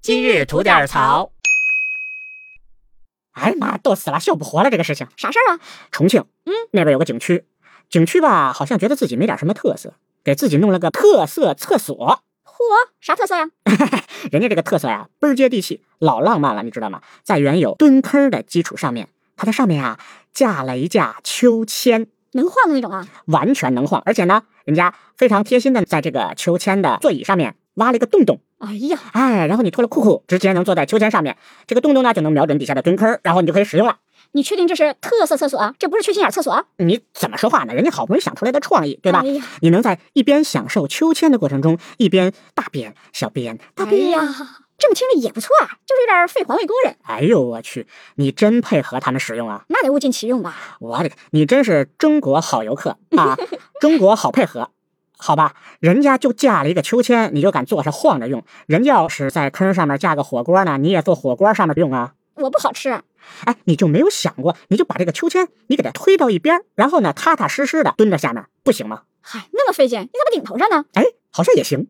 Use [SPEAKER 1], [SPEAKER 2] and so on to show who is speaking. [SPEAKER 1] 今日吐点槽。
[SPEAKER 2] 哎呀妈，逗死了，笑不活了！这个事情，
[SPEAKER 1] 啥事儿啊？
[SPEAKER 2] 重庆，
[SPEAKER 1] 嗯，
[SPEAKER 2] 那边有个景区，景区吧，好像觉得自己没点什么特色，给自己弄了个特色厕所。
[SPEAKER 1] 嚯，啊啥特色呀、
[SPEAKER 2] 人家这个特色呀，倍儿接地气，老浪漫了，你知道吗？在原有蹲坑的基础上面，它在上面啊架了一架秋千，
[SPEAKER 1] 能晃的那种啊？
[SPEAKER 2] 完全能晃。而且呢，人家非常贴心的在这个秋千的座椅上面挖了一个洞洞，
[SPEAKER 1] 哎呀，
[SPEAKER 2] 哎，然后你脱了裤裤，直接能坐在秋千上面，这个洞洞呢就能瞄准底下的蹲坑，然后你就可以使用了。
[SPEAKER 1] 你确定这是特色厕所啊？这不是缺心眼厕所啊？
[SPEAKER 2] 你怎么说话呢？人家好不容易想出来的创意，对吧？
[SPEAKER 1] 哎呀，
[SPEAKER 2] 你能在一边享受秋千的过程中，一边大便、小便、大
[SPEAKER 1] 哎
[SPEAKER 2] 便。
[SPEAKER 1] 呀，这么听着也不错啊，就是有点废环卫工人，
[SPEAKER 2] 哎呦我去！你真配合他们使用啊！
[SPEAKER 1] 那得物尽其用吧？
[SPEAKER 2] 我的个，你真是中国好游客啊，中国好配合，好吧？人家就架了一个秋千，你就敢坐上晃着用。人家要是在坑上面架个火锅呢，你也坐火锅上面用啊。
[SPEAKER 1] 我不好吃，
[SPEAKER 2] 哎，你就没有想过，你就把这个秋千你给它推到一边儿，然后呢，踏踏实实的蹲在下面，不行吗？
[SPEAKER 1] 嗨，那么费劲，你咋不顶头上呢？
[SPEAKER 2] 哎，好像也行。